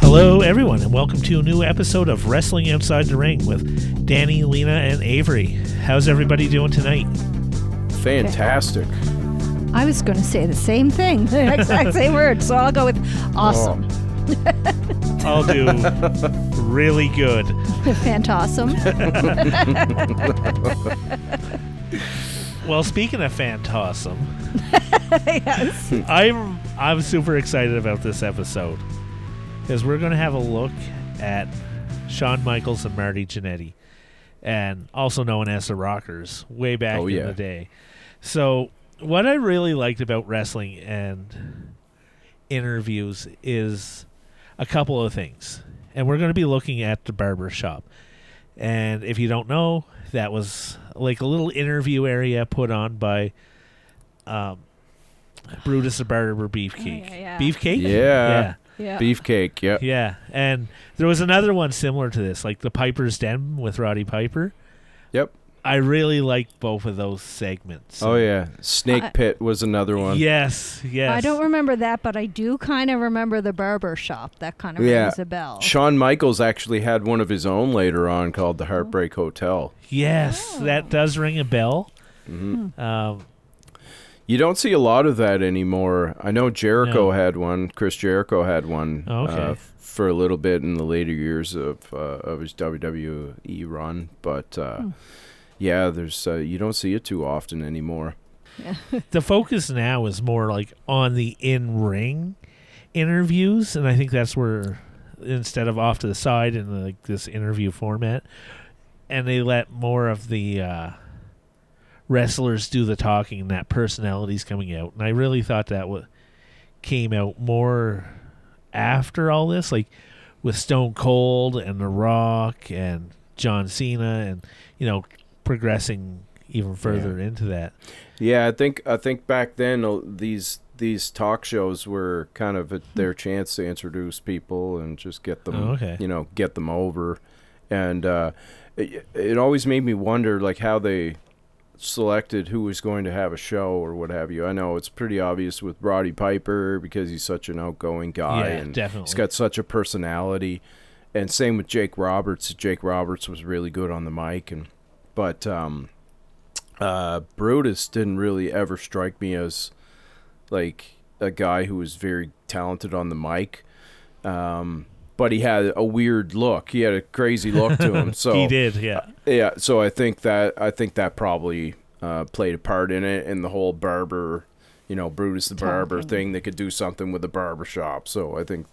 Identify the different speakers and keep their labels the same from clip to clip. Speaker 1: Hello, everyone, and welcome to a new episode of Wrestling Outside the Ring with Danny, Lena, and Avery. How's everybody doing tonight?
Speaker 2: Fantastic.
Speaker 3: I was going to say the same thing, the exact same word. So I'll go with awesome,
Speaker 2: Oh.
Speaker 1: I'll do really good.
Speaker 2: Oh.
Speaker 3: fantawesome.
Speaker 1: Well, speaking of Fantawesome,
Speaker 3: yes.
Speaker 1: I'm I'm super excited about this episode because we're going to have a look at Shawn Michaels and Marty Jannetty, and also known as the Rockers, way back
Speaker 2: Oh,
Speaker 1: in
Speaker 2: yeah.
Speaker 1: the day. So, what I really liked about wrestling and interviews is a couple of things, and we're going to be looking at the barber shop. And if you don't know, that was like a little interview area put on by um, Brutus the Barber Beefcake.
Speaker 3: Oh, yeah, yeah.
Speaker 1: Beefcake?
Speaker 2: Yeah.
Speaker 3: Yeah.
Speaker 2: Beefcake. Yep.
Speaker 1: Yeah, and there was another one similar to this, like the Piper's Den with Roddy Piper.
Speaker 2: Yep.
Speaker 1: I really liked both of those segments.
Speaker 2: Oh yeah. Snake
Speaker 3: I-
Speaker 2: Pit was another one.
Speaker 1: Yes, yes.
Speaker 3: I don't remember that, but I do kind of remember the barber shop. That kind of
Speaker 2: Yeah.
Speaker 3: rings a bell.
Speaker 2: Shawn Michaels actually had one of his own later on called the Heartbreak Hotel. Mm-hmm.
Speaker 1: Yes,
Speaker 3: Oh.
Speaker 1: that does ring a bell. Um,
Speaker 2: You don't see a lot of that anymore. I know Jericho
Speaker 1: No.
Speaker 2: had one. Chris Jericho had one
Speaker 1: Oh, okay.
Speaker 2: uh, f- for a little bit in the later years of uh, of his WWE run, but uh,
Speaker 3: Hmm.
Speaker 2: yeah, there's uh, you don't see it too often anymore.
Speaker 1: the focus now is more like on the in ring interviews, and I think that's where instead of off to the side in like this interview format, and they let more of the uh, wrestlers do the talking, and that personality's coming out. And I really thought that what came out more after all this, like with Stone Cold and The Rock and John Cena, and you know progressing even further into that.
Speaker 2: Yeah, I think I think back then uh, these these talk shows were kind of at their chance to introduce people and just get them,
Speaker 1: Hmm. Oh, okay.
Speaker 2: you know, get them over, and uh, it, it always made me wonder like how they selected who was going to have a show or what have you. I know it's pretty obvious with Roddy Piper because he's such an outgoing guy
Speaker 1: Yeah,
Speaker 2: and
Speaker 1: definitely.
Speaker 2: he's got such a personality. And same with Jake Roberts. Jake Roberts was really good on the mic and but um uh Brutus didn't really ever strike me as like a guy who was very talented on the mic. Um but he had a weird look. He had a crazy look to him. So
Speaker 1: He did, yeah.
Speaker 2: yeah, so I think that I think that probably uh, played a part in it, and the whole barber, you know, Brutus the barber
Speaker 3: Talking.
Speaker 2: thing. They could do something with the barber shop, so I think,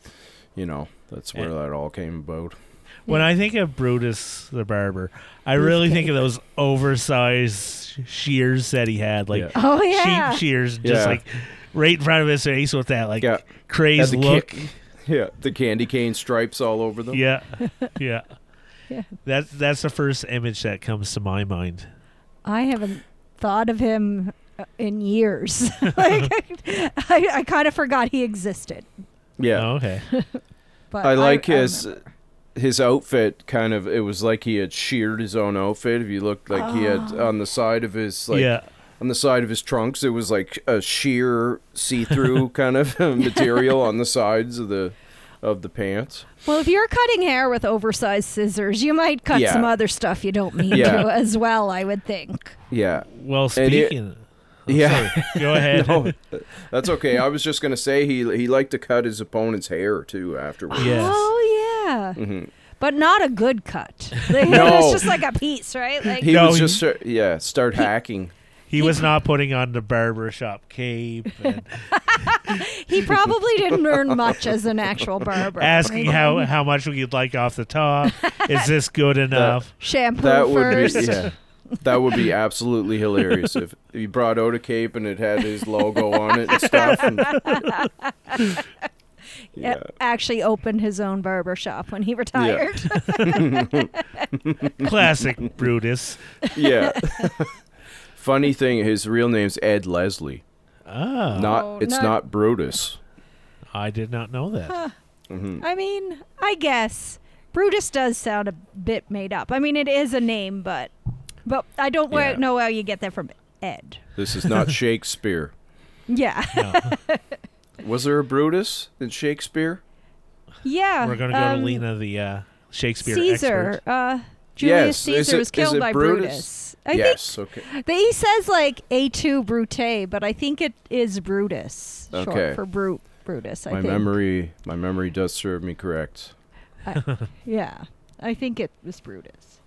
Speaker 2: you know, that's where
Speaker 1: Yeah.
Speaker 2: that all came about.
Speaker 1: When I think of Brutus the Barber, I really think of those oversized shears that he had, like
Speaker 2: Yeah.
Speaker 3: Oh, yeah.
Speaker 1: sheep shears, just
Speaker 2: Yeah.
Speaker 1: like right in front of his face with that like
Speaker 2: Yeah. Had
Speaker 1: crazed
Speaker 2: the
Speaker 1: look.
Speaker 2: ca- yeah, the candy cane stripes all over them.
Speaker 1: yeah, yeah.
Speaker 3: Yeah.
Speaker 1: That's that's the first image that comes to my mind.
Speaker 3: I haven't thought of him uh, in years. like I, I kind of forgot he existed.
Speaker 2: yeah.
Speaker 1: Oh, okay.
Speaker 3: But
Speaker 2: I like
Speaker 3: I
Speaker 2: his
Speaker 3: remember.
Speaker 2: his outfit. Kind of, it was like he had sheared his own outfit. If you looked like he had on the side of his like
Speaker 1: Ah. yeah.
Speaker 2: on the side of his trunks. It was like a sheer see-through kind of material on the sides of the of the pants.
Speaker 3: Well, if you're cutting hair with oversized scissors, you might cut
Speaker 2: Yeah.
Speaker 3: some other stuff you don't need
Speaker 2: Yeah.
Speaker 3: to as well. I would think.
Speaker 2: Yeah.
Speaker 1: Well,
Speaker 2: And he-
Speaker 1: speaking. oh,
Speaker 2: Yeah.
Speaker 1: sorry. Go ahead.
Speaker 2: No, that's okay. I was just gonna say he he liked to cut his opponent's hair too afterwards.
Speaker 1: Yes.
Speaker 3: Oh yeah.
Speaker 2: Mhm.
Speaker 3: But not a good cut. Like,
Speaker 2: No.
Speaker 3: It's just like a piece, right? Like
Speaker 2: He
Speaker 1: No,
Speaker 2: was
Speaker 1: he-
Speaker 2: just uh, yeah start hacking.
Speaker 1: He was not putting on the barber shop cape and
Speaker 3: he probably didn't earn much as an actual barber.
Speaker 1: asking
Speaker 3: Like,
Speaker 1: how, how much we'd like off the top. Is this good enough?
Speaker 3: shampoo
Speaker 2: That would
Speaker 3: first.
Speaker 2: be yeah. That would be absolutely hilarious if he brought out a cape and it had his logo on it and stuff. and- yeah.
Speaker 3: A- Actually opened his own barber shop when he retired.
Speaker 1: Classic Brutus.
Speaker 2: Yeah. Funny thing, his real name's Ed Leslie.
Speaker 1: Oh,
Speaker 3: Oh,
Speaker 2: Not it's
Speaker 3: no.
Speaker 2: not Brutus.
Speaker 1: I did not know that.
Speaker 2: Mm-hmm.
Speaker 3: I mean, I guess Brutus does sound a bit made up. I mean, it is a name, but but I don't wa-
Speaker 2: Yeah.
Speaker 3: know how you get that from Ed.
Speaker 2: This is not Shakespeare.
Speaker 3: Yeah.
Speaker 1: No.
Speaker 2: Was there a Brutus in Shakespeare?
Speaker 3: Yeah.
Speaker 1: We're going to go
Speaker 3: um,
Speaker 1: to Lena, the uh, Shakespeare
Speaker 3: Caesar.
Speaker 1: expert.
Speaker 3: Uh, Julius
Speaker 2: Yes, is
Speaker 3: Caesar
Speaker 2: it-
Speaker 3: was
Speaker 2: is
Speaker 3: killed
Speaker 2: it
Speaker 3: by
Speaker 2: Brutus?
Speaker 3: Brutus. I
Speaker 2: yes. Okay.
Speaker 3: think they, he says like A2 Brute, but I think it is Brutus. Short
Speaker 2: Okay.
Speaker 3: for Bru- Brutus. I
Speaker 2: my
Speaker 3: think.
Speaker 2: memory, my memory does serve me correct.
Speaker 3: Yeah. I think it was Brutus.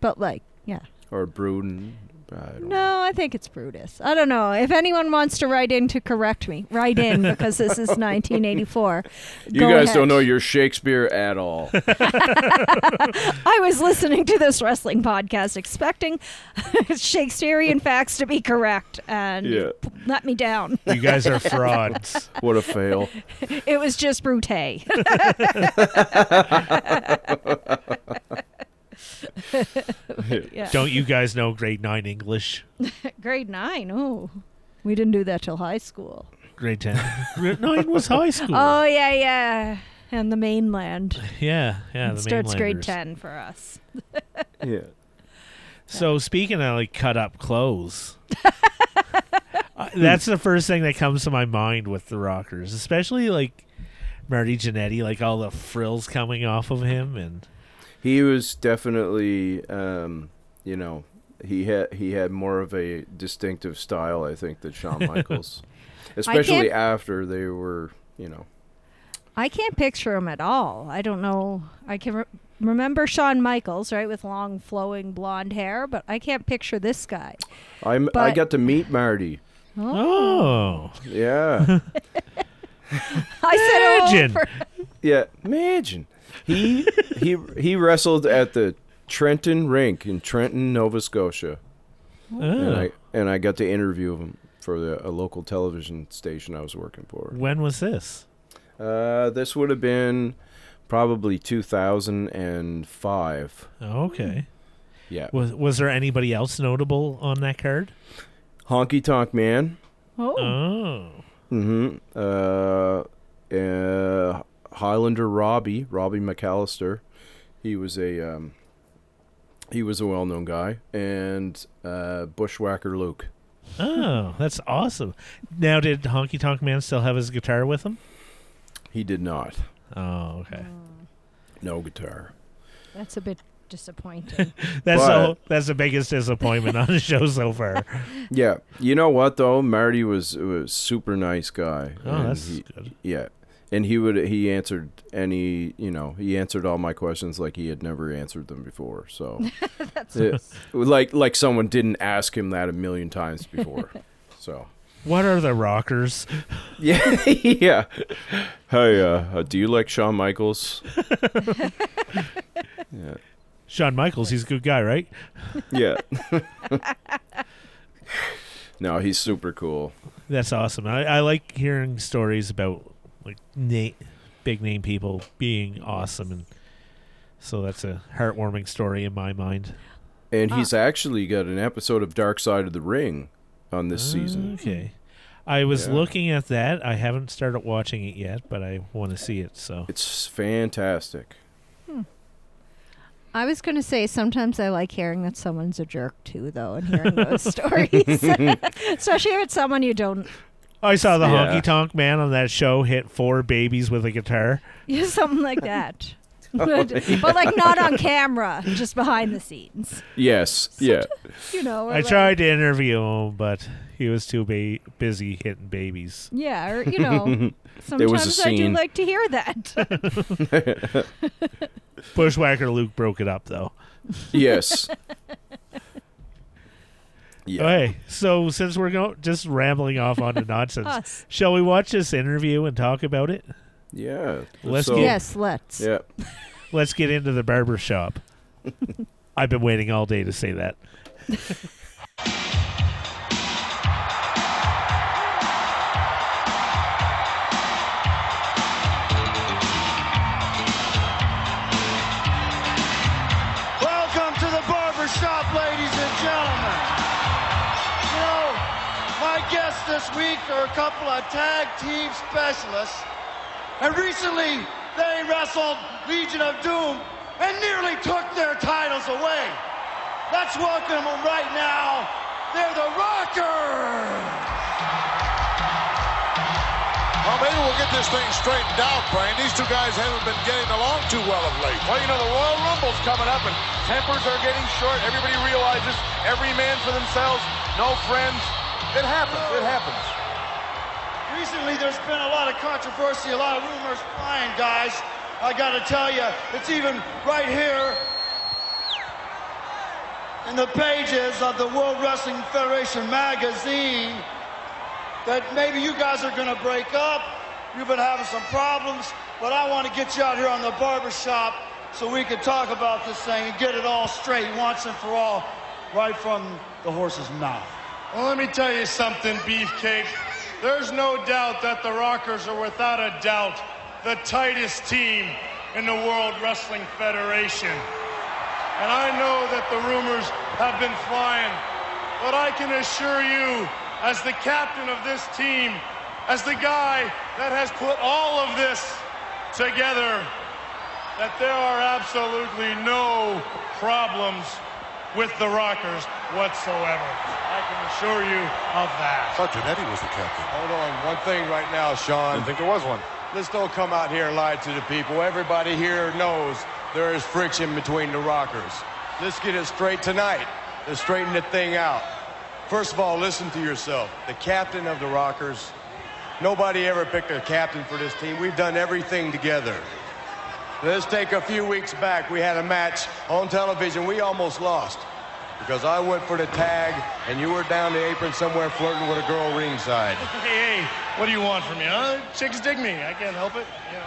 Speaker 3: But like, yeah.
Speaker 2: Or Bruden. I don't know.
Speaker 3: No, I think it's Brutus. I don't know. If anyone wants to write in to correct me, write in because this is 1984.
Speaker 2: You
Speaker 3: Go
Speaker 2: guys
Speaker 3: ahead.
Speaker 2: don't know your Shakespeare at all.
Speaker 3: I was listening to this wrestling podcast expecting Shakespearean facts to be correct and
Speaker 2: Yeah.
Speaker 3: p- let me down.
Speaker 1: You guys are frauds.
Speaker 2: what a fail.
Speaker 3: It was just Brute. I
Speaker 1: Don't you guys know grade nine English?
Speaker 3: Grade 9. Oh. We didn't do that till high school.
Speaker 1: Grade ten. grade nine was high school.
Speaker 3: Oh, yeah, yeah. And the mainland.
Speaker 1: yeah, yeah.
Speaker 3: it
Speaker 1: The
Speaker 3: starts grade
Speaker 1: mainlanders.
Speaker 3: 10 for us.
Speaker 2: Yeah.
Speaker 1: So speaking of like cut up clothes, uh, that's the first thing that comes to my mind with the rockers, especially like Marty Jannetty, like all the frills coming off of him, and
Speaker 2: He was definitely, um, you know, he had he had more of a distinctive style, I think, than Shawn Michaels, especially
Speaker 3: can't-
Speaker 2: after they were, you know,
Speaker 3: I can't picture him at all. I don't know. I can re- remember Shawn Michaels, right, with long flowing blonde hair, but I can't picture this guy.
Speaker 2: I'm I
Speaker 3: But-
Speaker 2: got to meet Marty.
Speaker 1: oh,
Speaker 2: Yeah,
Speaker 3: I said, oh,
Speaker 1: Imagine.
Speaker 3: for-
Speaker 2: yeah. Imagine he he he wrestled at the Trenton Rink in Trenton, Nova Scotia, and
Speaker 1: Oh.
Speaker 2: I and I got to interview him for the, a local television station I was working for.
Speaker 1: when was this?
Speaker 2: Uh, this would have been probably 2005.
Speaker 1: Okay.
Speaker 2: Yeah.
Speaker 1: Was was there anybody else notable on that card?
Speaker 2: Honky Tonk Man.
Speaker 3: oh,
Speaker 1: Oh,
Speaker 2: Mm-hmm. Uh, uh, Highlander Robbie, Robbie McAllister. He was a um, he was a well-known guy, and uh, Bushwhacker Luke.
Speaker 1: oh, that's awesome. Now, did Honky Tonk Man still have his guitar with him?
Speaker 2: He did not.
Speaker 1: Oh, okay.
Speaker 2: No guitar.
Speaker 3: that's a bit disappointing.
Speaker 1: That's
Speaker 2: But-
Speaker 1: the, that's the biggest disappointment on the show so far.
Speaker 2: Yeah, you know what though, Marty was was a super nice guy.
Speaker 1: Oh,
Speaker 2: and
Speaker 1: that's
Speaker 2: he-
Speaker 1: good.
Speaker 2: Yeah. And he would he answered any you know he answered all my questions like he had never answered them before. So it- like like someone didn't ask him that a million times before. so
Speaker 1: What are the rockers?
Speaker 2: yeah yeah. Hey, uh, uh, do you like Shawn Michaels? yeah.
Speaker 1: Shawn Michaels, he's a good guy, right?
Speaker 2: Yeah. no, he's super cool.
Speaker 1: That's awesome. I, I like hearing stories about like na- big name people being awesome, and so that's a heartwarming story in my mind.
Speaker 2: And he's actually got an episode of Dark Side of the Ring on this season.
Speaker 1: Okay, I was
Speaker 2: Yeah.
Speaker 1: looking at that. I haven't started watching it yet, but I want to see it. So
Speaker 2: It's fantastic.
Speaker 3: I was going to say sometimes I like hearing that someone's a jerk too, though, and hearing those stories, especially if it's someone you don't.
Speaker 1: I saw the
Speaker 2: Yeah.
Speaker 1: honky tonk man on that show hit four babies with a guitar.
Speaker 3: Yeah, something like that.
Speaker 2: Oh,
Speaker 3: but like not on camera, just behind the scenes.
Speaker 2: Yes. Yeah.
Speaker 3: You know. or
Speaker 1: I
Speaker 3: like-
Speaker 1: tried to interview him, but he was too ba- busy hitting babies.
Speaker 3: Yeah, or you know,
Speaker 2: There was a
Speaker 3: sometimes I do
Speaker 2: scene.
Speaker 3: like to hear that.
Speaker 1: Bushwhacker Luke broke it up though.
Speaker 2: yes. Yeah.
Speaker 1: Okay, so since we're go- just rambling off onto nonsense,
Speaker 3: Us.
Speaker 1: shall we watch this interview and talk about it?
Speaker 2: Yeah.
Speaker 1: Let's
Speaker 2: So-
Speaker 1: get-
Speaker 3: yes, let's.
Speaker 2: Oh. Yeah.
Speaker 1: Let's get into the barber shop. I've been waiting all day to say that.
Speaker 4: Welcome to the barber shop, ladies and gentlemen. You know, my guests this week are a couple of tag team specialists, and recently they wrestled Legion of Doom and nearly took their titles away. Let's welcome them right now. They're the Rockers.
Speaker 5: Well, maybe we'll get this thing straightened out, Brian. These two guys haven't been getting along too well of late.
Speaker 4: Well, you know, the Royal Rumble's coming up, and tempers are getting short. Everybody realizes every man for themselves, no friends. It happens. It happens.
Speaker 5: Recently, there's been a lot of controversy, a lot of rumors flying, guys. I got to tell you, it's even right here in the pages of the World Wrestling Federation magazine that maybe you guys are going to break up. You've been having some problems, but I want to get you out here on the barbershop so we can talk about this thing and get it all straight once and for all, right from the horse's mouth.
Speaker 4: Well, let me tell you something, Beefcake. There's no doubt that the Rockers are without a doubt the tightest team in the World Wrestling Federation. And I know that the rumors have been flying, but I can assure you as the captain of this team, as the guy that has put all of this together, that there are absolutely no problems with the Rockers whatsoever. I can assure you of that.
Speaker 5: I thought Janetti was the captain.
Speaker 4: Hold on, one thing right now, Sean.
Speaker 5: I think there was one.
Speaker 4: Let's don't come out here and lie to the people. Everybody here knows there is friction between the Rockers. Let's get it straight tonight. Let's straighten the thing out. First of all, listen to yourself. The captain of the Rockers. Nobody ever picked a captain for this team. We've done everything together. Let's take a few weeks back. We had a match on television. We almost lost because I went for the tag and you were down the apron somewhere flirting with a girl ringside.
Speaker 5: Hey, hey, what do you want from me, huh? Chicks dig me. I can't help it. You know.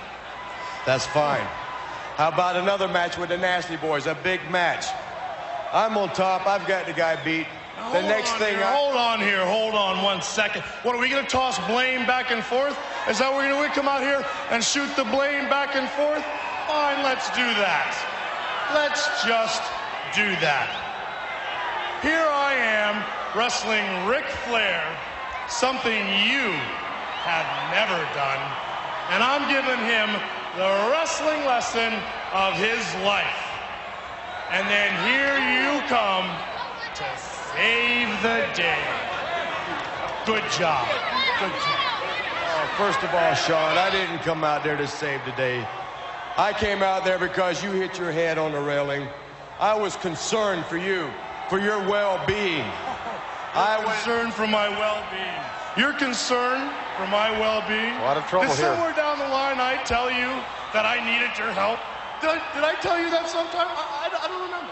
Speaker 4: That's fine. How about another match with the Nasty Boys? A big match. I'm on top. I've got the guy beat. The
Speaker 5: Hold
Speaker 4: next
Speaker 5: on
Speaker 4: thing
Speaker 5: here,
Speaker 4: I-
Speaker 5: hold on here, hold on one second. What are we gonna toss blame back and forth? Is that what we're gonna we come out here and shoot the blame back and forth? Fine, let's do that. Let's just do that. Here I am wrestling Ric Flair, something you have never done, and I'm giving him the wrestling lesson of his life. And then here you come to save the day. Good job. Good job.
Speaker 4: Oh, first of all, Sean, I didn't come out there to save the day. I came out there because you hit your head on the railing. I was concerned for you, for your well-being. I
Speaker 5: You're
Speaker 4: was.
Speaker 5: concerned for my well-being. You're concerned for my well-being.
Speaker 6: A lot of trouble
Speaker 5: Did
Speaker 6: here.
Speaker 5: somewhere down the line I tell you that I needed your help? Did I, did I tell you that sometime? I, I- I don't remember.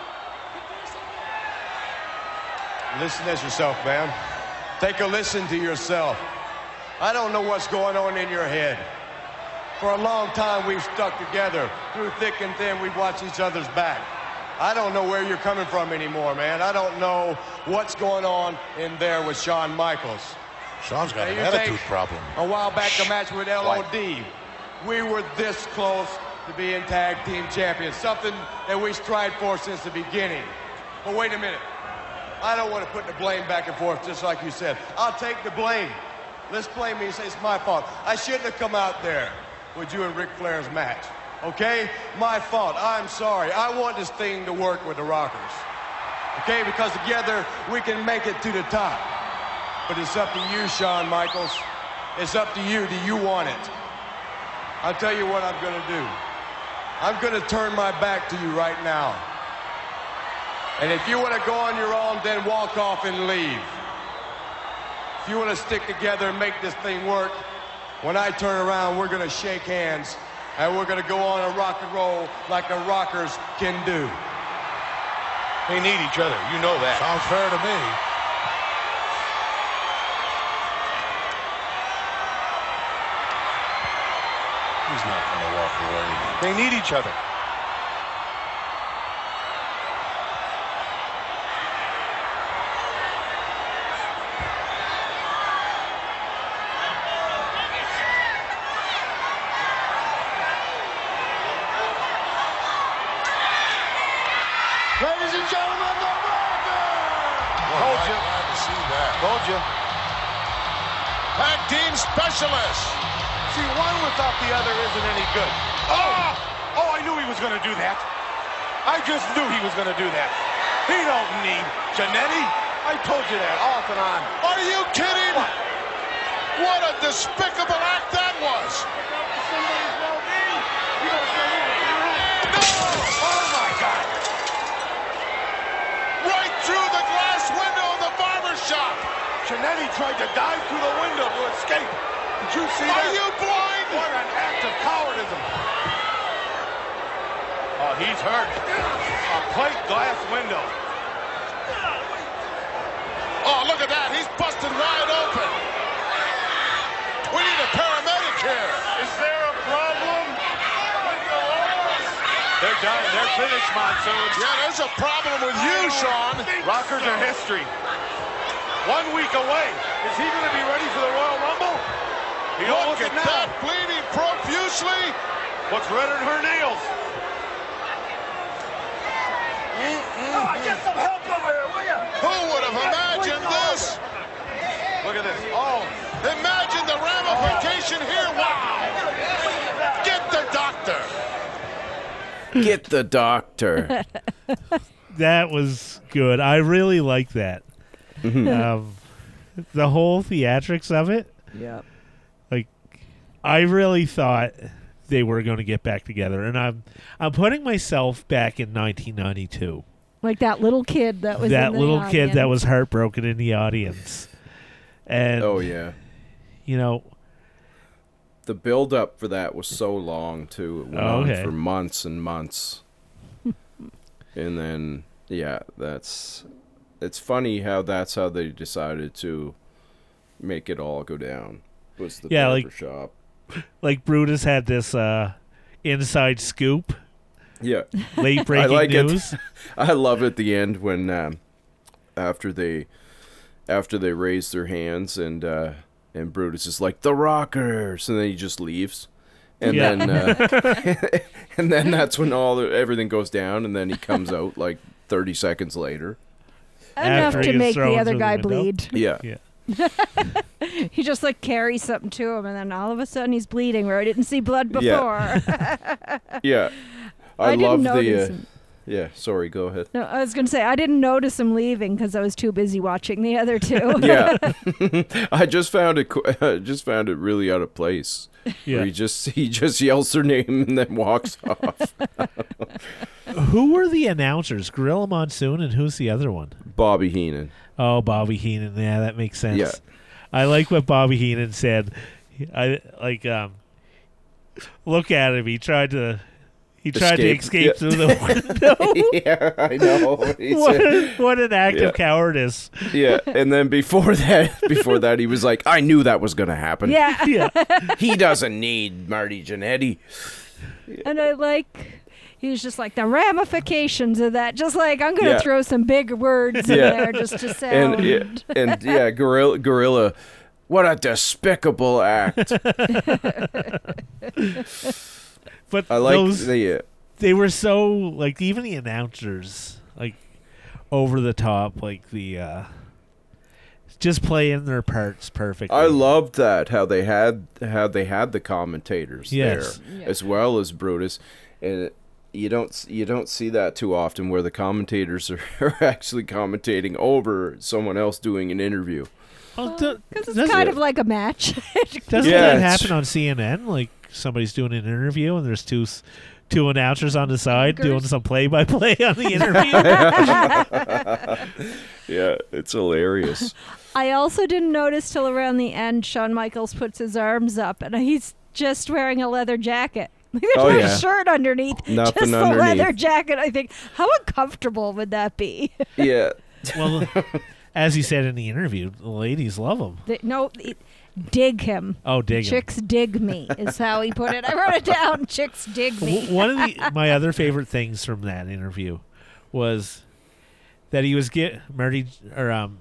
Speaker 4: Listen to yourself, man. Take a listen to yourself. I don't know what's going on in your head. For a long time, we've stuck together. Through thick and thin, we've watched each other's back. I don't know where you're coming from anymore, man. I don't know what's going on in there with Shawn Michaels.
Speaker 6: Sean's got
Speaker 4: Now,
Speaker 6: an
Speaker 4: you
Speaker 6: attitude
Speaker 4: think
Speaker 6: problem.
Speaker 4: A while back, the match with LOD,
Speaker 6: Right.
Speaker 4: we were this close to being tag team champions, something that we strived for since the beginning. But wait a minute. I don't want to put the blame back and forth, just like you said. I'll take the blame. Let's blame me and say it's my fault. I shouldn't have come out there with you and Ric Flair's match. Okay? My fault. I'm sorry. I want this thing to work with the Rockers. Okay? Because together we can make it to the top. But it's up to you, Shawn Michaels. It's up to you. Do you want it? I'll tell you what I'm going to do. I'm going to turn my back to you right now. And if you want to go on your own, then walk off and leave. If you want to stick together and make this thing work, when I turn around, we're going to shake hands and we're going to go on a rock and roll like the rockers can do.
Speaker 6: They need each other. You know that. Sounds fair to me. He's not going to walk away. They need each other.
Speaker 5: Ladies and gentlemen, the Rockers!
Speaker 6: Boy,
Speaker 5: Told
Speaker 6: am I
Speaker 5: you.
Speaker 6: glad to see that.
Speaker 5: Told you.
Speaker 6: Tag team specialist.
Speaker 5: See, one without the other isn't any good. Oh! Oh, I knew he was going to do that. I just knew he was going to do that. He don't need Janetti. I told you that off and on.
Speaker 6: Are you kidding? What a despicable act that
Speaker 5: was. Oh my God! Right through the glass window of the barber shop. Chinetti tried to dive through the window to escape. Did you see Are you blind? What an act of cowardism! Oh, he's hurt. A plate glass window. Oh, look at that. He's busted wide open. We need a paramedic here. Is there a problem? They're done. They're finished, Monsoon. Yeah, there's a problem with you, Sean. Rockers are history. One week away. Is he going to be ready for the Royal Rumble? Look at that bleeding profusely. What's redder than her nails? Who would have imagined this? Look at this. Oh, imagine the ramification here. Wow. Get the doctor.
Speaker 2: Get the doctor.
Speaker 1: That was good. I really like that.
Speaker 2: Mm-hmm.
Speaker 1: um, the whole theatrics of it.
Speaker 7: Yep.
Speaker 1: Like, I really thought they were going to get back together, and I'm I'm putting myself back in 1992.
Speaker 3: Like that little kid that was
Speaker 1: that
Speaker 3: in the
Speaker 1: little kid that
Speaker 3: audience.
Speaker 1: was heartbroken in the audience, and
Speaker 2: oh yeah.
Speaker 1: you know,
Speaker 2: The build up for that was so long too. It went
Speaker 1: Oh, okay.
Speaker 2: on for months and months. and then yeah, that's it's funny how that's how they decided to make it all go down. Was the
Speaker 1: Yeah,
Speaker 2: barber
Speaker 1: like-
Speaker 2: shop.
Speaker 1: like Brutus had this uh, inside scoop,
Speaker 2: Yeah.
Speaker 1: late breaking
Speaker 2: like it.
Speaker 1: news.
Speaker 2: I love at the end when um, after they after they raise their hands and uh, and Brutus is like the Rockers, and then he just leaves, and
Speaker 1: Yeah.
Speaker 2: then uh, and then that's when all the, everything goes down, and then he comes out like thirty seconds later.
Speaker 1: After
Speaker 3: enough
Speaker 1: he was
Speaker 3: to make
Speaker 1: thrown
Speaker 3: the other
Speaker 1: through the
Speaker 3: guy
Speaker 1: window.
Speaker 3: bleed.
Speaker 2: Yeah,
Speaker 1: Yeah,
Speaker 3: He just like carries something to him, and then all of a sudden he's bleeding where I didn't see blood before.
Speaker 2: Yeah. yeah. I,
Speaker 3: didn't
Speaker 2: love the
Speaker 3: notice
Speaker 2: uh,
Speaker 3: him.
Speaker 2: yeah. Sorry, go ahead.
Speaker 3: No, I was gonna say I didn't notice him leaving because I was too busy watching the other two.
Speaker 2: Yeah, I just found it. qu- I just found it really out of place.
Speaker 1: yeah.
Speaker 2: Where he just he just yells her name and then walks off.
Speaker 1: Who were the announcers? Gorilla Monsoon and who's the other one?
Speaker 2: Bobby Heenan.
Speaker 1: Oh, Bobby Heenan. Yeah, that makes sense.
Speaker 2: Yeah.
Speaker 1: I like what Bobby Heenan said. I like um look at him. He tried to he tried to escape
Speaker 2: Escape. Yeah.
Speaker 1: through the window.
Speaker 2: yeah, I know. He
Speaker 1: what,
Speaker 2: said-
Speaker 1: what an act
Speaker 2: Yeah.
Speaker 1: of cowardice.
Speaker 2: yeah, and then before that, before that, he was like, "I knew that was gonna happen."
Speaker 3: yeah.
Speaker 1: Yeah.
Speaker 2: he doesn't need Marty Jannetty.
Speaker 3: and I like he's just like the ramifications of that. Just like I'm gonna
Speaker 2: Yeah.
Speaker 3: throw some big words in
Speaker 2: Yeah.
Speaker 3: there just to sound.
Speaker 2: And yeah, and yeah, gorilla, gorilla. What a despicable act!
Speaker 1: But
Speaker 2: I like
Speaker 1: those
Speaker 2: the.
Speaker 1: they were so like even the announcers like over the top like the uh just playing their parts perfectly.
Speaker 2: I loved that how they had how they had the commentators
Speaker 1: Yes.
Speaker 2: there as well as Brutus, and it- you don't s- you don't see that too often where the commentators are, are actually commentating over someone else doing an interview.
Speaker 1: Oh, do-
Speaker 3: Because it's
Speaker 1: doesn't-
Speaker 3: kind of like a match.
Speaker 1: Doesn't
Speaker 2: Yeah,
Speaker 1: that
Speaker 2: it's-
Speaker 1: happen on CNN? Like somebody's doing an interview and there's two s- two announcers on the side doing some play by play on the interview.
Speaker 2: Yeah, it's hilarious.
Speaker 3: I also didn't notice till around the end Shawn Michaels puts his arms up and he's just wearing a leather jacket. There's
Speaker 2: Oh,
Speaker 3: no
Speaker 2: yeah.
Speaker 3: shirt underneath,
Speaker 2: Nothing
Speaker 3: just the
Speaker 2: underneath.
Speaker 3: leather jacket. I think, how uncomfortable would that be?
Speaker 2: yeah.
Speaker 1: well, as he said in the interview, the ladies love him.
Speaker 3: They- no, it- dig him.
Speaker 1: Oh, dig him.
Speaker 3: Chicks dig me is how he put it. I wrote it down. Chicks dig
Speaker 1: W-
Speaker 3: me.
Speaker 1: One of the, my other favorite things from that interview was that he was get Marty or um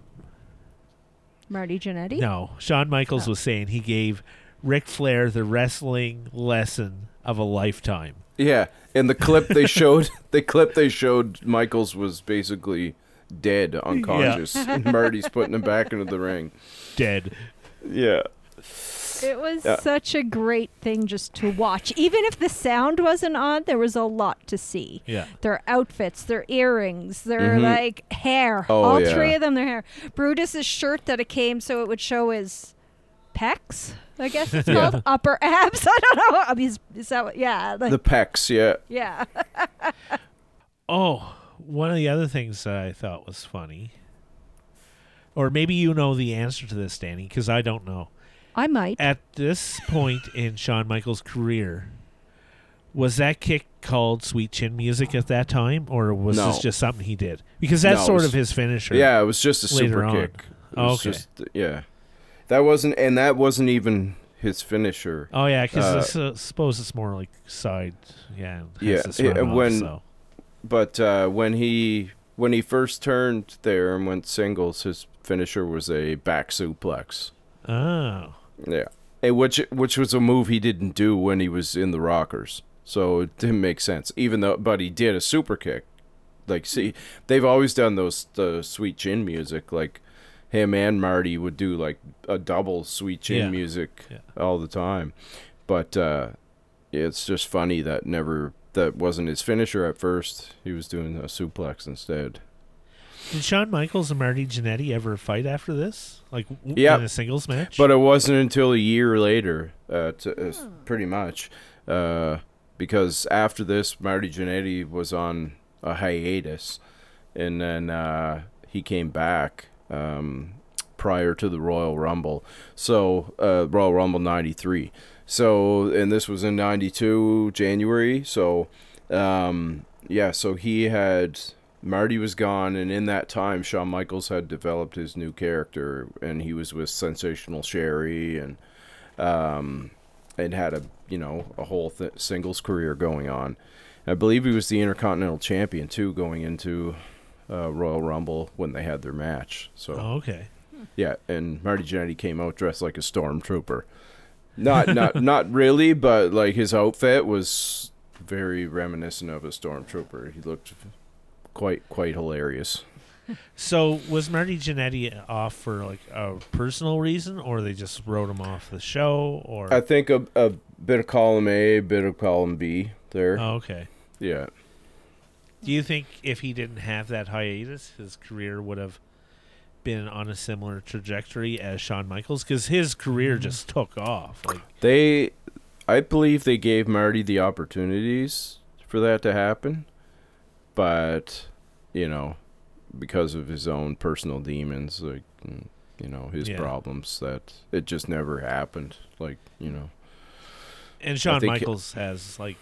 Speaker 3: Marty Jannetty?
Speaker 1: no Shawn Michaels was saying he gave Ric Flair the wrestling lesson of a lifetime.
Speaker 2: Yeah, and the clip they showed, the clip they showed, Michaels was basically dead, unconscious. And Marty's putting him back into the ring.
Speaker 1: Dead.
Speaker 2: Yeah,
Speaker 3: It was
Speaker 2: Yeah.
Speaker 3: such a great thing just to watch. Even if the sound wasn't on, there was a lot to see.
Speaker 1: Yeah.
Speaker 3: Their outfits, their earrings, their like hair.
Speaker 2: Mm-hmm. Oh,
Speaker 3: all
Speaker 2: yeah.
Speaker 3: three of them, their hair. Brutus's shirt that it came so it would show his pecs. I guess it's
Speaker 2: Yeah.
Speaker 3: called upper abs. I don't know. I mean, is, is that what? Yeah, like,
Speaker 2: The pecs, yeah.
Speaker 3: yeah.
Speaker 1: Oh, one of the other things that I thought was funny, or maybe you know the answer to this, Danny, because I don't know.
Speaker 3: I might.
Speaker 1: At this point in Shawn Michaels' career, was that kick called Sweet Chin Music at that time, or was
Speaker 2: No.
Speaker 1: this just something he did? Because that's
Speaker 2: No, it
Speaker 1: sort
Speaker 2: was-
Speaker 1: of his finisher.
Speaker 2: Yeah, it was just a
Speaker 1: Later
Speaker 2: super
Speaker 1: on. Oh,
Speaker 2: kick. It was
Speaker 1: Okay.
Speaker 2: just- yeah. That wasn't, and that wasn't even his finisher.
Speaker 1: Oh yeah, because
Speaker 2: Uh,
Speaker 1: I su- suppose it's more like side. Yeah. has
Speaker 2: Yeah,
Speaker 1: this
Speaker 2: yeah,
Speaker 1: run off,
Speaker 2: when-
Speaker 1: so.
Speaker 2: But uh, when he when he first turned there and went singles, his finisher was a back suplex.
Speaker 1: Oh.
Speaker 2: Yeah, and which which was a move he didn't do when he was in the Rockers, so it didn't make sense. Even though, but he did a super kick. Like, see, they've always done those the sweet chin music. Like, him and Marty would do like a double sweet chin
Speaker 1: Yeah.
Speaker 2: music
Speaker 1: Yeah.
Speaker 2: all the time. But uh, it's just funny that never that wasn't his finisher at first. He was doing a suplex instead.
Speaker 1: Did Shawn Michaels and Marty Jannetty ever fight after this? Like w-
Speaker 2: Yep.
Speaker 1: in a singles match?
Speaker 2: But it wasn't until a year later, uh, to, it's pretty much, uh, because after this, Marty Jannetty was on a hiatus, and then uh, he came back um, prior to the Royal Rumble. So uh, Royal Rumble '93. So and this was in '92 January. So um, yeah, so he had Marty was gone, and in that time, Shawn Michaels had developed his new character, and he was with Sensational Sherry, and um, and had a you know a whole th- singles career going on. I believe he was the Intercontinental Champion too, going into uh, Royal Rumble when they had their match. So
Speaker 1: oh, okay.
Speaker 2: yeah, and Marty Jannetty came out dressed like a stormtrooper. Not not not really, but like his outfit was very reminiscent of a stormtrooper. He looked quite quite hilarious.
Speaker 1: So was Marty Jannetty off for like a personal reason, or they just wrote him off the show, or
Speaker 2: I think a a bit of column A, a bit of column B there.
Speaker 1: oh, okay?
Speaker 2: Yeah.
Speaker 1: Do you think if he didn't have that hiatus, his career would have been on a similar trajectory as Shawn Michaels? Because his
Speaker 2: Mm-hmm.
Speaker 1: career just took off. Like,
Speaker 2: They I believe they gave Marty the opportunities for that to happen, but you know, because of his own personal demons, like mm, you know, his
Speaker 1: Yeah.
Speaker 2: problems that it just never happened. Like, you know.
Speaker 1: and Shawn
Speaker 2: think-
Speaker 1: Michaels has like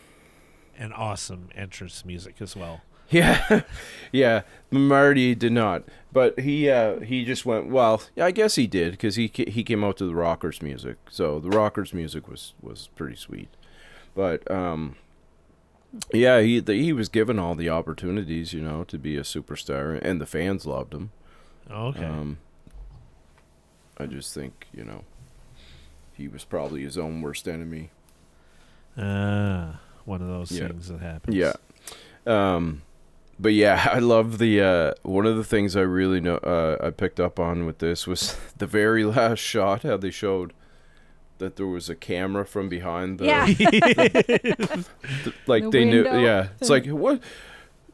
Speaker 1: an awesome entrance music as well.
Speaker 2: Yeah. yeah, Marty did not. But he uh he just went, well, I guess he did cuz he ca- he came out to the Rockers music. So the Rockers music was was pretty sweet. But um yeah, he the, he was given all the opportunities, you know, to be a superstar and the fans loved him.
Speaker 1: Okay.
Speaker 2: Um I just think, you know, he was probably his own worst enemy.
Speaker 1: Ah, one of those
Speaker 2: Yeah.
Speaker 1: things that happens.
Speaker 2: Yeah. Um but yeah, I love the uh one of the things I really know uh I picked up on with this was the very last shot how they showed that there was a camera from behind the
Speaker 3: yeah.
Speaker 2: like
Speaker 3: The
Speaker 2: they
Speaker 3: window.
Speaker 2: knew yeah. It's like what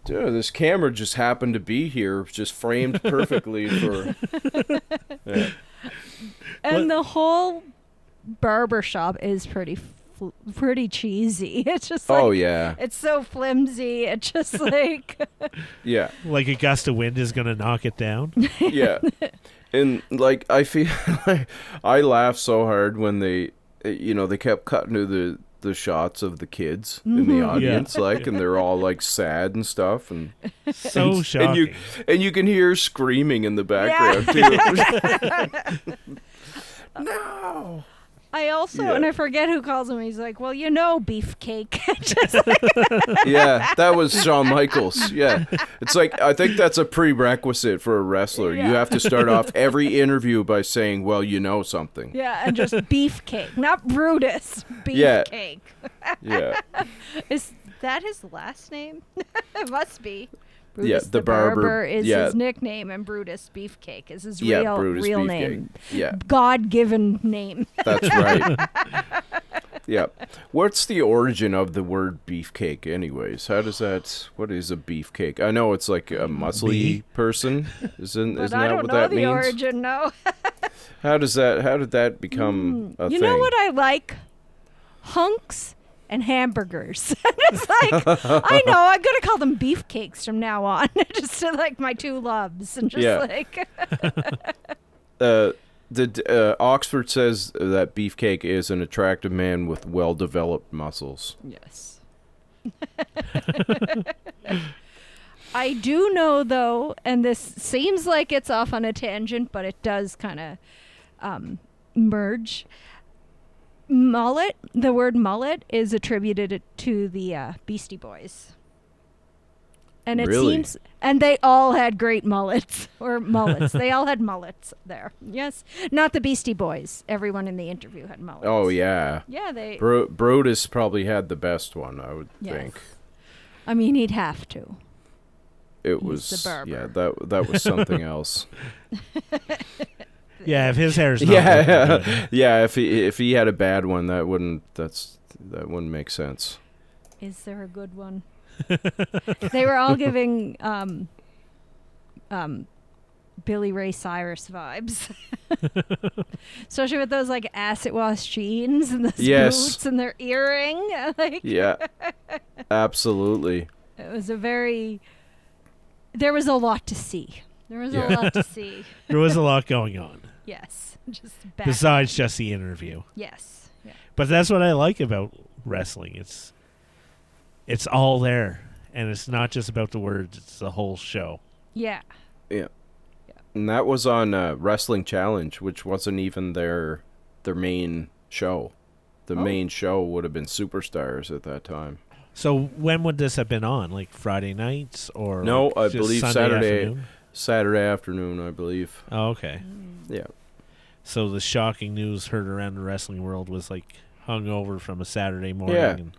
Speaker 2: Dude, this camera just happened to be here, just framed perfectly for yeah.
Speaker 3: and the whole barber shop is pretty fl- pretty cheesy. It's just like
Speaker 2: Oh yeah.
Speaker 3: it's so flimsy. It's just like
Speaker 2: Yeah.
Speaker 1: Like a gust of wind is going to knock it down.
Speaker 2: yeah and like i feel like i laughed so hard when they eh, you know they kept cutting to the the shots of the kids in the audience like and they're all like sad and stuff and
Speaker 1: So shocking.
Speaker 2: and you and you can hear screaming in the background too no
Speaker 3: I also
Speaker 2: Yeah.
Speaker 3: and I forget who calls him. He's like, well, you know, beefcake. just
Speaker 2: yeah that was shawn michaels yeah it's like i think that's a prerequisite for a wrestler you
Speaker 3: Yeah.
Speaker 2: have to start off every interview by saying well you know something
Speaker 3: yeah, and just beefcake, not Brutus.
Speaker 2: Yeah.
Speaker 3: Beefcake.
Speaker 2: yeah
Speaker 3: Is that his last name? it must be. Brutus
Speaker 2: Yeah, the barber-
Speaker 3: is
Speaker 2: yeah.
Speaker 3: his nickname, and Brutus Beefcake is his
Speaker 2: yeah
Speaker 3: real
Speaker 2: brutus
Speaker 3: real
Speaker 2: Beefcake.
Speaker 3: name,
Speaker 2: yeah
Speaker 3: God-given name.
Speaker 2: That's right. yeah. What's the origin of the word beefcake, anyways? How does that? What is a beefcake? I know it's like a muscly
Speaker 1: Me?
Speaker 2: person. Isn't
Speaker 3: But
Speaker 2: isn't
Speaker 3: I
Speaker 2: that
Speaker 3: don't
Speaker 2: what
Speaker 3: know
Speaker 2: that
Speaker 3: the
Speaker 2: means?
Speaker 3: origin. No,
Speaker 2: How does that? How did that become a
Speaker 3: Hmm. you
Speaker 2: thing?
Speaker 3: know what I like? Hunks and hamburgers. it's like I know I'm gonna call them beefcakes from now on. just uh, like my two loves, and just
Speaker 2: Yeah.
Speaker 3: like
Speaker 2: uh, the uh, Oxford says that Beefcake is an attractive man with well-developed muscles.
Speaker 3: yes. I do know though, and this seems like it's off on a tangent, but it does kind of um, merge. Mullet. The word mullet is attributed to the uh, Beastie Boys. And it
Speaker 2: Really?
Speaker 3: seems, and they all had great mullets or mullets. they all had mullets there. Yes, not the Beastie Boys. Everyone in the interview had mullets.
Speaker 2: Oh yeah,
Speaker 3: yeah. They.
Speaker 2: Bro- Brodus probably had the best one. I would
Speaker 3: Yes.
Speaker 2: think
Speaker 3: I mean, he'd have to.
Speaker 2: it
Speaker 3: the
Speaker 2: was. Yeah,
Speaker 3: barber.
Speaker 2: that that was something else.
Speaker 1: Yeah, if his hair's not looking good.
Speaker 2: yeah, yeah. If he if he had a bad one, that wouldn't that's that wouldn't make sense.
Speaker 3: Is there a good one? they were all giving um, um, Billy Ray Cyrus vibes, especially with those like acid wash jeans and those
Speaker 2: Yes.
Speaker 3: boots and their earring. Like
Speaker 2: Yeah, absolutely.
Speaker 3: it was a very. There was a lot to see. There was
Speaker 2: Yeah.
Speaker 3: a lot to see.
Speaker 1: there was a lot going on
Speaker 3: Yes, just back.
Speaker 1: besides just the interview.
Speaker 3: yes. Yeah.
Speaker 1: But that's what I like about wrestling. It's it's all there, and it's not just about the words. It's the whole show.
Speaker 3: yeah.
Speaker 2: Yeah, and that was on uh, Wrestling Challenge, which wasn't even their their main show. The main show would have been Superstars at that time.
Speaker 1: So when would this have been on? Like Friday nights or
Speaker 2: No,
Speaker 1: like,
Speaker 2: I
Speaker 1: just
Speaker 2: believe
Speaker 1: Sunday
Speaker 2: Saturday
Speaker 1: afternoon?
Speaker 2: Saturday afternoon, I believe.
Speaker 1: Oh, okay.
Speaker 2: Yeah.
Speaker 1: So the shocking news heard around the wrestling world was like hung over from a Saturday morning.
Speaker 2: Yeah.
Speaker 1: And,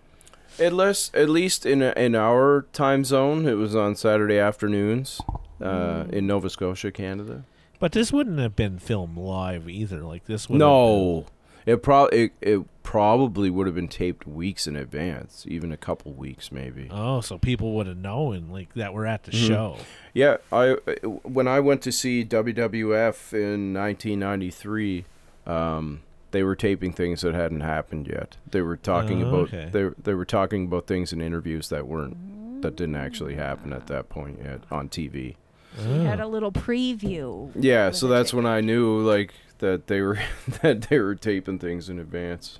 Speaker 2: At least, at least in in our time zone, it was on Saturday afternoons uh, in Nova Scotia, Canada.
Speaker 1: but this wouldn't have been filmed live either. Like this would
Speaker 2: No, it probably it, it probably would have been taped weeks in advance, even a couple weeks maybe.
Speaker 1: Have been, oh, so people would have known like that we're at the
Speaker 2: Mm-hmm.
Speaker 1: show.
Speaker 2: Yeah, I uh, when I went to see WWF in 1993, um, they were taping things that hadn't happened yet. They were talking
Speaker 1: Oh,
Speaker 2: about
Speaker 1: okay.
Speaker 2: they they were talking about things in interviews that weren't that didn't actually happen at that point yet on TV.
Speaker 3: We
Speaker 2: Oh.
Speaker 3: had a little preview.
Speaker 2: Yeah, so that's when I knew like that they were that they were taping things in advance.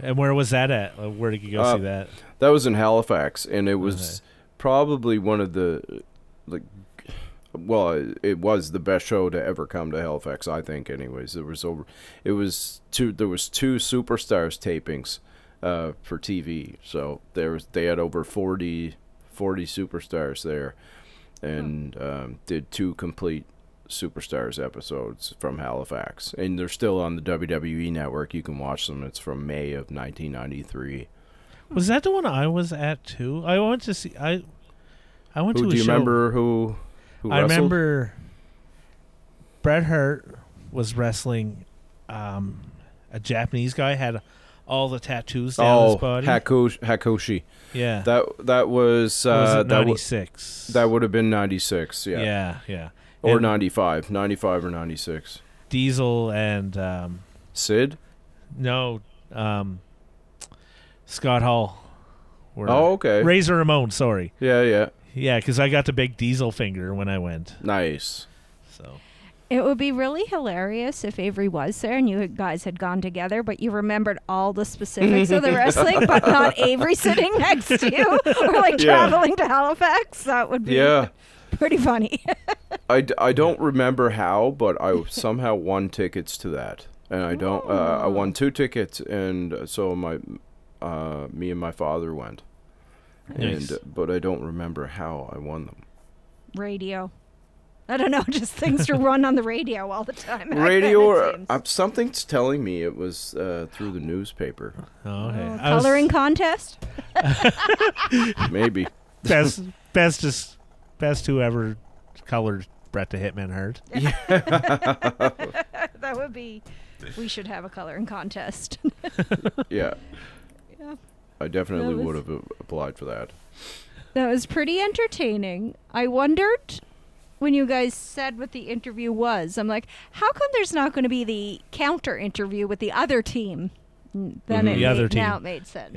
Speaker 1: And where was that at? Like, Where did you go
Speaker 2: Uh,
Speaker 1: see that?
Speaker 2: That was in Halifax, and it was probably one of the like. Well, it- it was the best show to ever come to Halifax, I think. Anyways, there was over, it was two. There was two superstars tapings, uh, for TV. So there was they had over 40, 40 superstars there, and um, did two complete superstars episodes from Halifax, and they're still on the WWE network. You can watch them. It's from May of nineteen ninety three.
Speaker 1: Was that the one I was at too? I went to see. I I went
Speaker 2: Who
Speaker 1: to. A
Speaker 2: do you
Speaker 1: show.
Speaker 2: remember who? who
Speaker 1: I
Speaker 2: wrestled?
Speaker 1: remember Bret Hart was wrestling um, a Japanese guy had all the tattoos down
Speaker 2: Oh,
Speaker 1: his body.
Speaker 2: Hakush- Hakushi.
Speaker 1: yeah,
Speaker 2: That that was, uh,
Speaker 1: Or was it
Speaker 2: that
Speaker 1: ninety
Speaker 2: w-
Speaker 1: six.
Speaker 2: that would have been ninety six. Yeah.
Speaker 1: yeah, yeah.
Speaker 2: Or
Speaker 1: And
Speaker 2: 95, 95 or ninety six.
Speaker 1: Diesel and um,
Speaker 2: Sid.
Speaker 1: no um, Scott Hall. Were
Speaker 2: Oh, okay.
Speaker 1: Razor Ramon. Sorry,
Speaker 2: Yeah, yeah.
Speaker 1: yeah, because I got the big Diesel finger when I went.
Speaker 2: Nice.
Speaker 1: So
Speaker 3: It would be really hilarious if Avery was there and you guys had gone together, but you remembered all the specifics of the wrestling, but not Avery sitting next to you or like
Speaker 2: Yeah.
Speaker 3: traveling to Halifax. That would be
Speaker 2: Yeah.
Speaker 3: pretty funny.
Speaker 2: I, d- I don't remember how, but I somehow won tickets to that, and I don't. Uh, I won two tickets, and uh, so my, uh, me and my father went,
Speaker 1: Nice.
Speaker 2: and uh, but I don't remember how I won them.
Speaker 3: radio. I don't know, just things to run on the radio all the time.
Speaker 2: Radio
Speaker 3: it
Speaker 2: or
Speaker 3: seems.
Speaker 2: uh, something's telling me it was uh, through the newspaper,
Speaker 1: okay,
Speaker 2: uh,
Speaker 3: Oh,
Speaker 1: I was-
Speaker 3: coloring contest?
Speaker 2: maybe.
Speaker 1: best best is best whoever colored Brett the Hitman Hurt.
Speaker 3: That would be. We should have a coloring contest.
Speaker 2: yeah.
Speaker 3: Yeah.
Speaker 2: I definitely
Speaker 3: was-
Speaker 2: would have uh, applied for that.
Speaker 3: That was pretty entertaining. I wondered when you guys said what the interview was. I'm like, how come there's not going to be the counter interview with the other team? Then it
Speaker 1: Mm-hmm. The other
Speaker 3: made- now
Speaker 1: team.
Speaker 3: it made sense.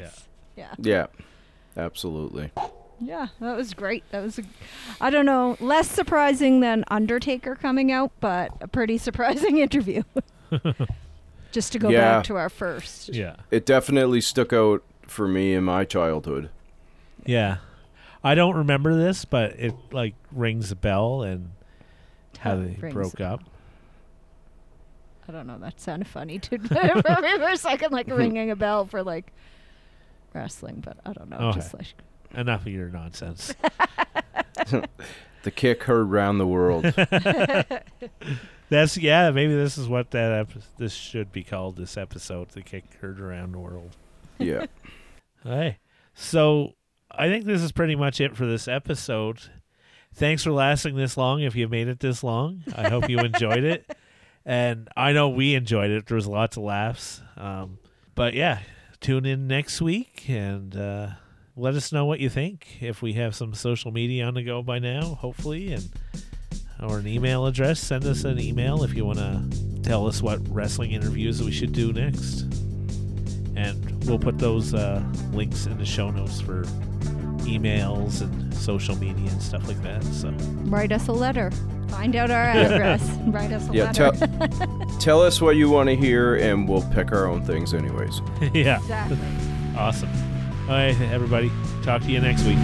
Speaker 3: Yeah. yeah,
Speaker 2: Yeah, absolutely.
Speaker 3: that was great. That was, a, I don't know, less surprising than Undertaker coming out, but a pretty surprising interview. Just to go
Speaker 2: Yeah.
Speaker 3: back to our first.
Speaker 1: Yeah.
Speaker 2: It definitely stuck out for me in my childhood.
Speaker 1: Yeah. I don't remember this, but it like rings a bell and how they
Speaker 3: Rings
Speaker 1: broke
Speaker 3: a
Speaker 1: up.
Speaker 3: I don't know. That sounded funny to remember a second, like ringing a bell for like wrestling, but I don't know.
Speaker 1: Okay.
Speaker 3: Just like
Speaker 1: Enough of your nonsense.
Speaker 2: The kick heard round the world.
Speaker 1: That's yeah. Maybe this is what that ep- this should be called. This episode, the kick heard around the world.
Speaker 2: yeah.
Speaker 1: Hey, so I think this is pretty much it for this episode. Thanks for lasting this long. If you made it this long, I hope you enjoyed it, and I know we enjoyed it. There was lots of laughs. Um, but yeah, tune in next week and uh, let us know what you think. If we have some social media on the go by now, hopefully, and or an email address, send us an email if you want to tell us what wrestling interviews we should do next and we'll put those uh, links in the show notes for emails and social media and stuff like that. So
Speaker 3: write us a letter. Find out our address. write us a
Speaker 2: Yeah.
Speaker 3: letter.
Speaker 2: Tell tell us what you want to hear, and we'll pick our own things, anyways.
Speaker 1: yeah,
Speaker 3: exactly.
Speaker 1: awesome. All right, everybody, talk to you next week.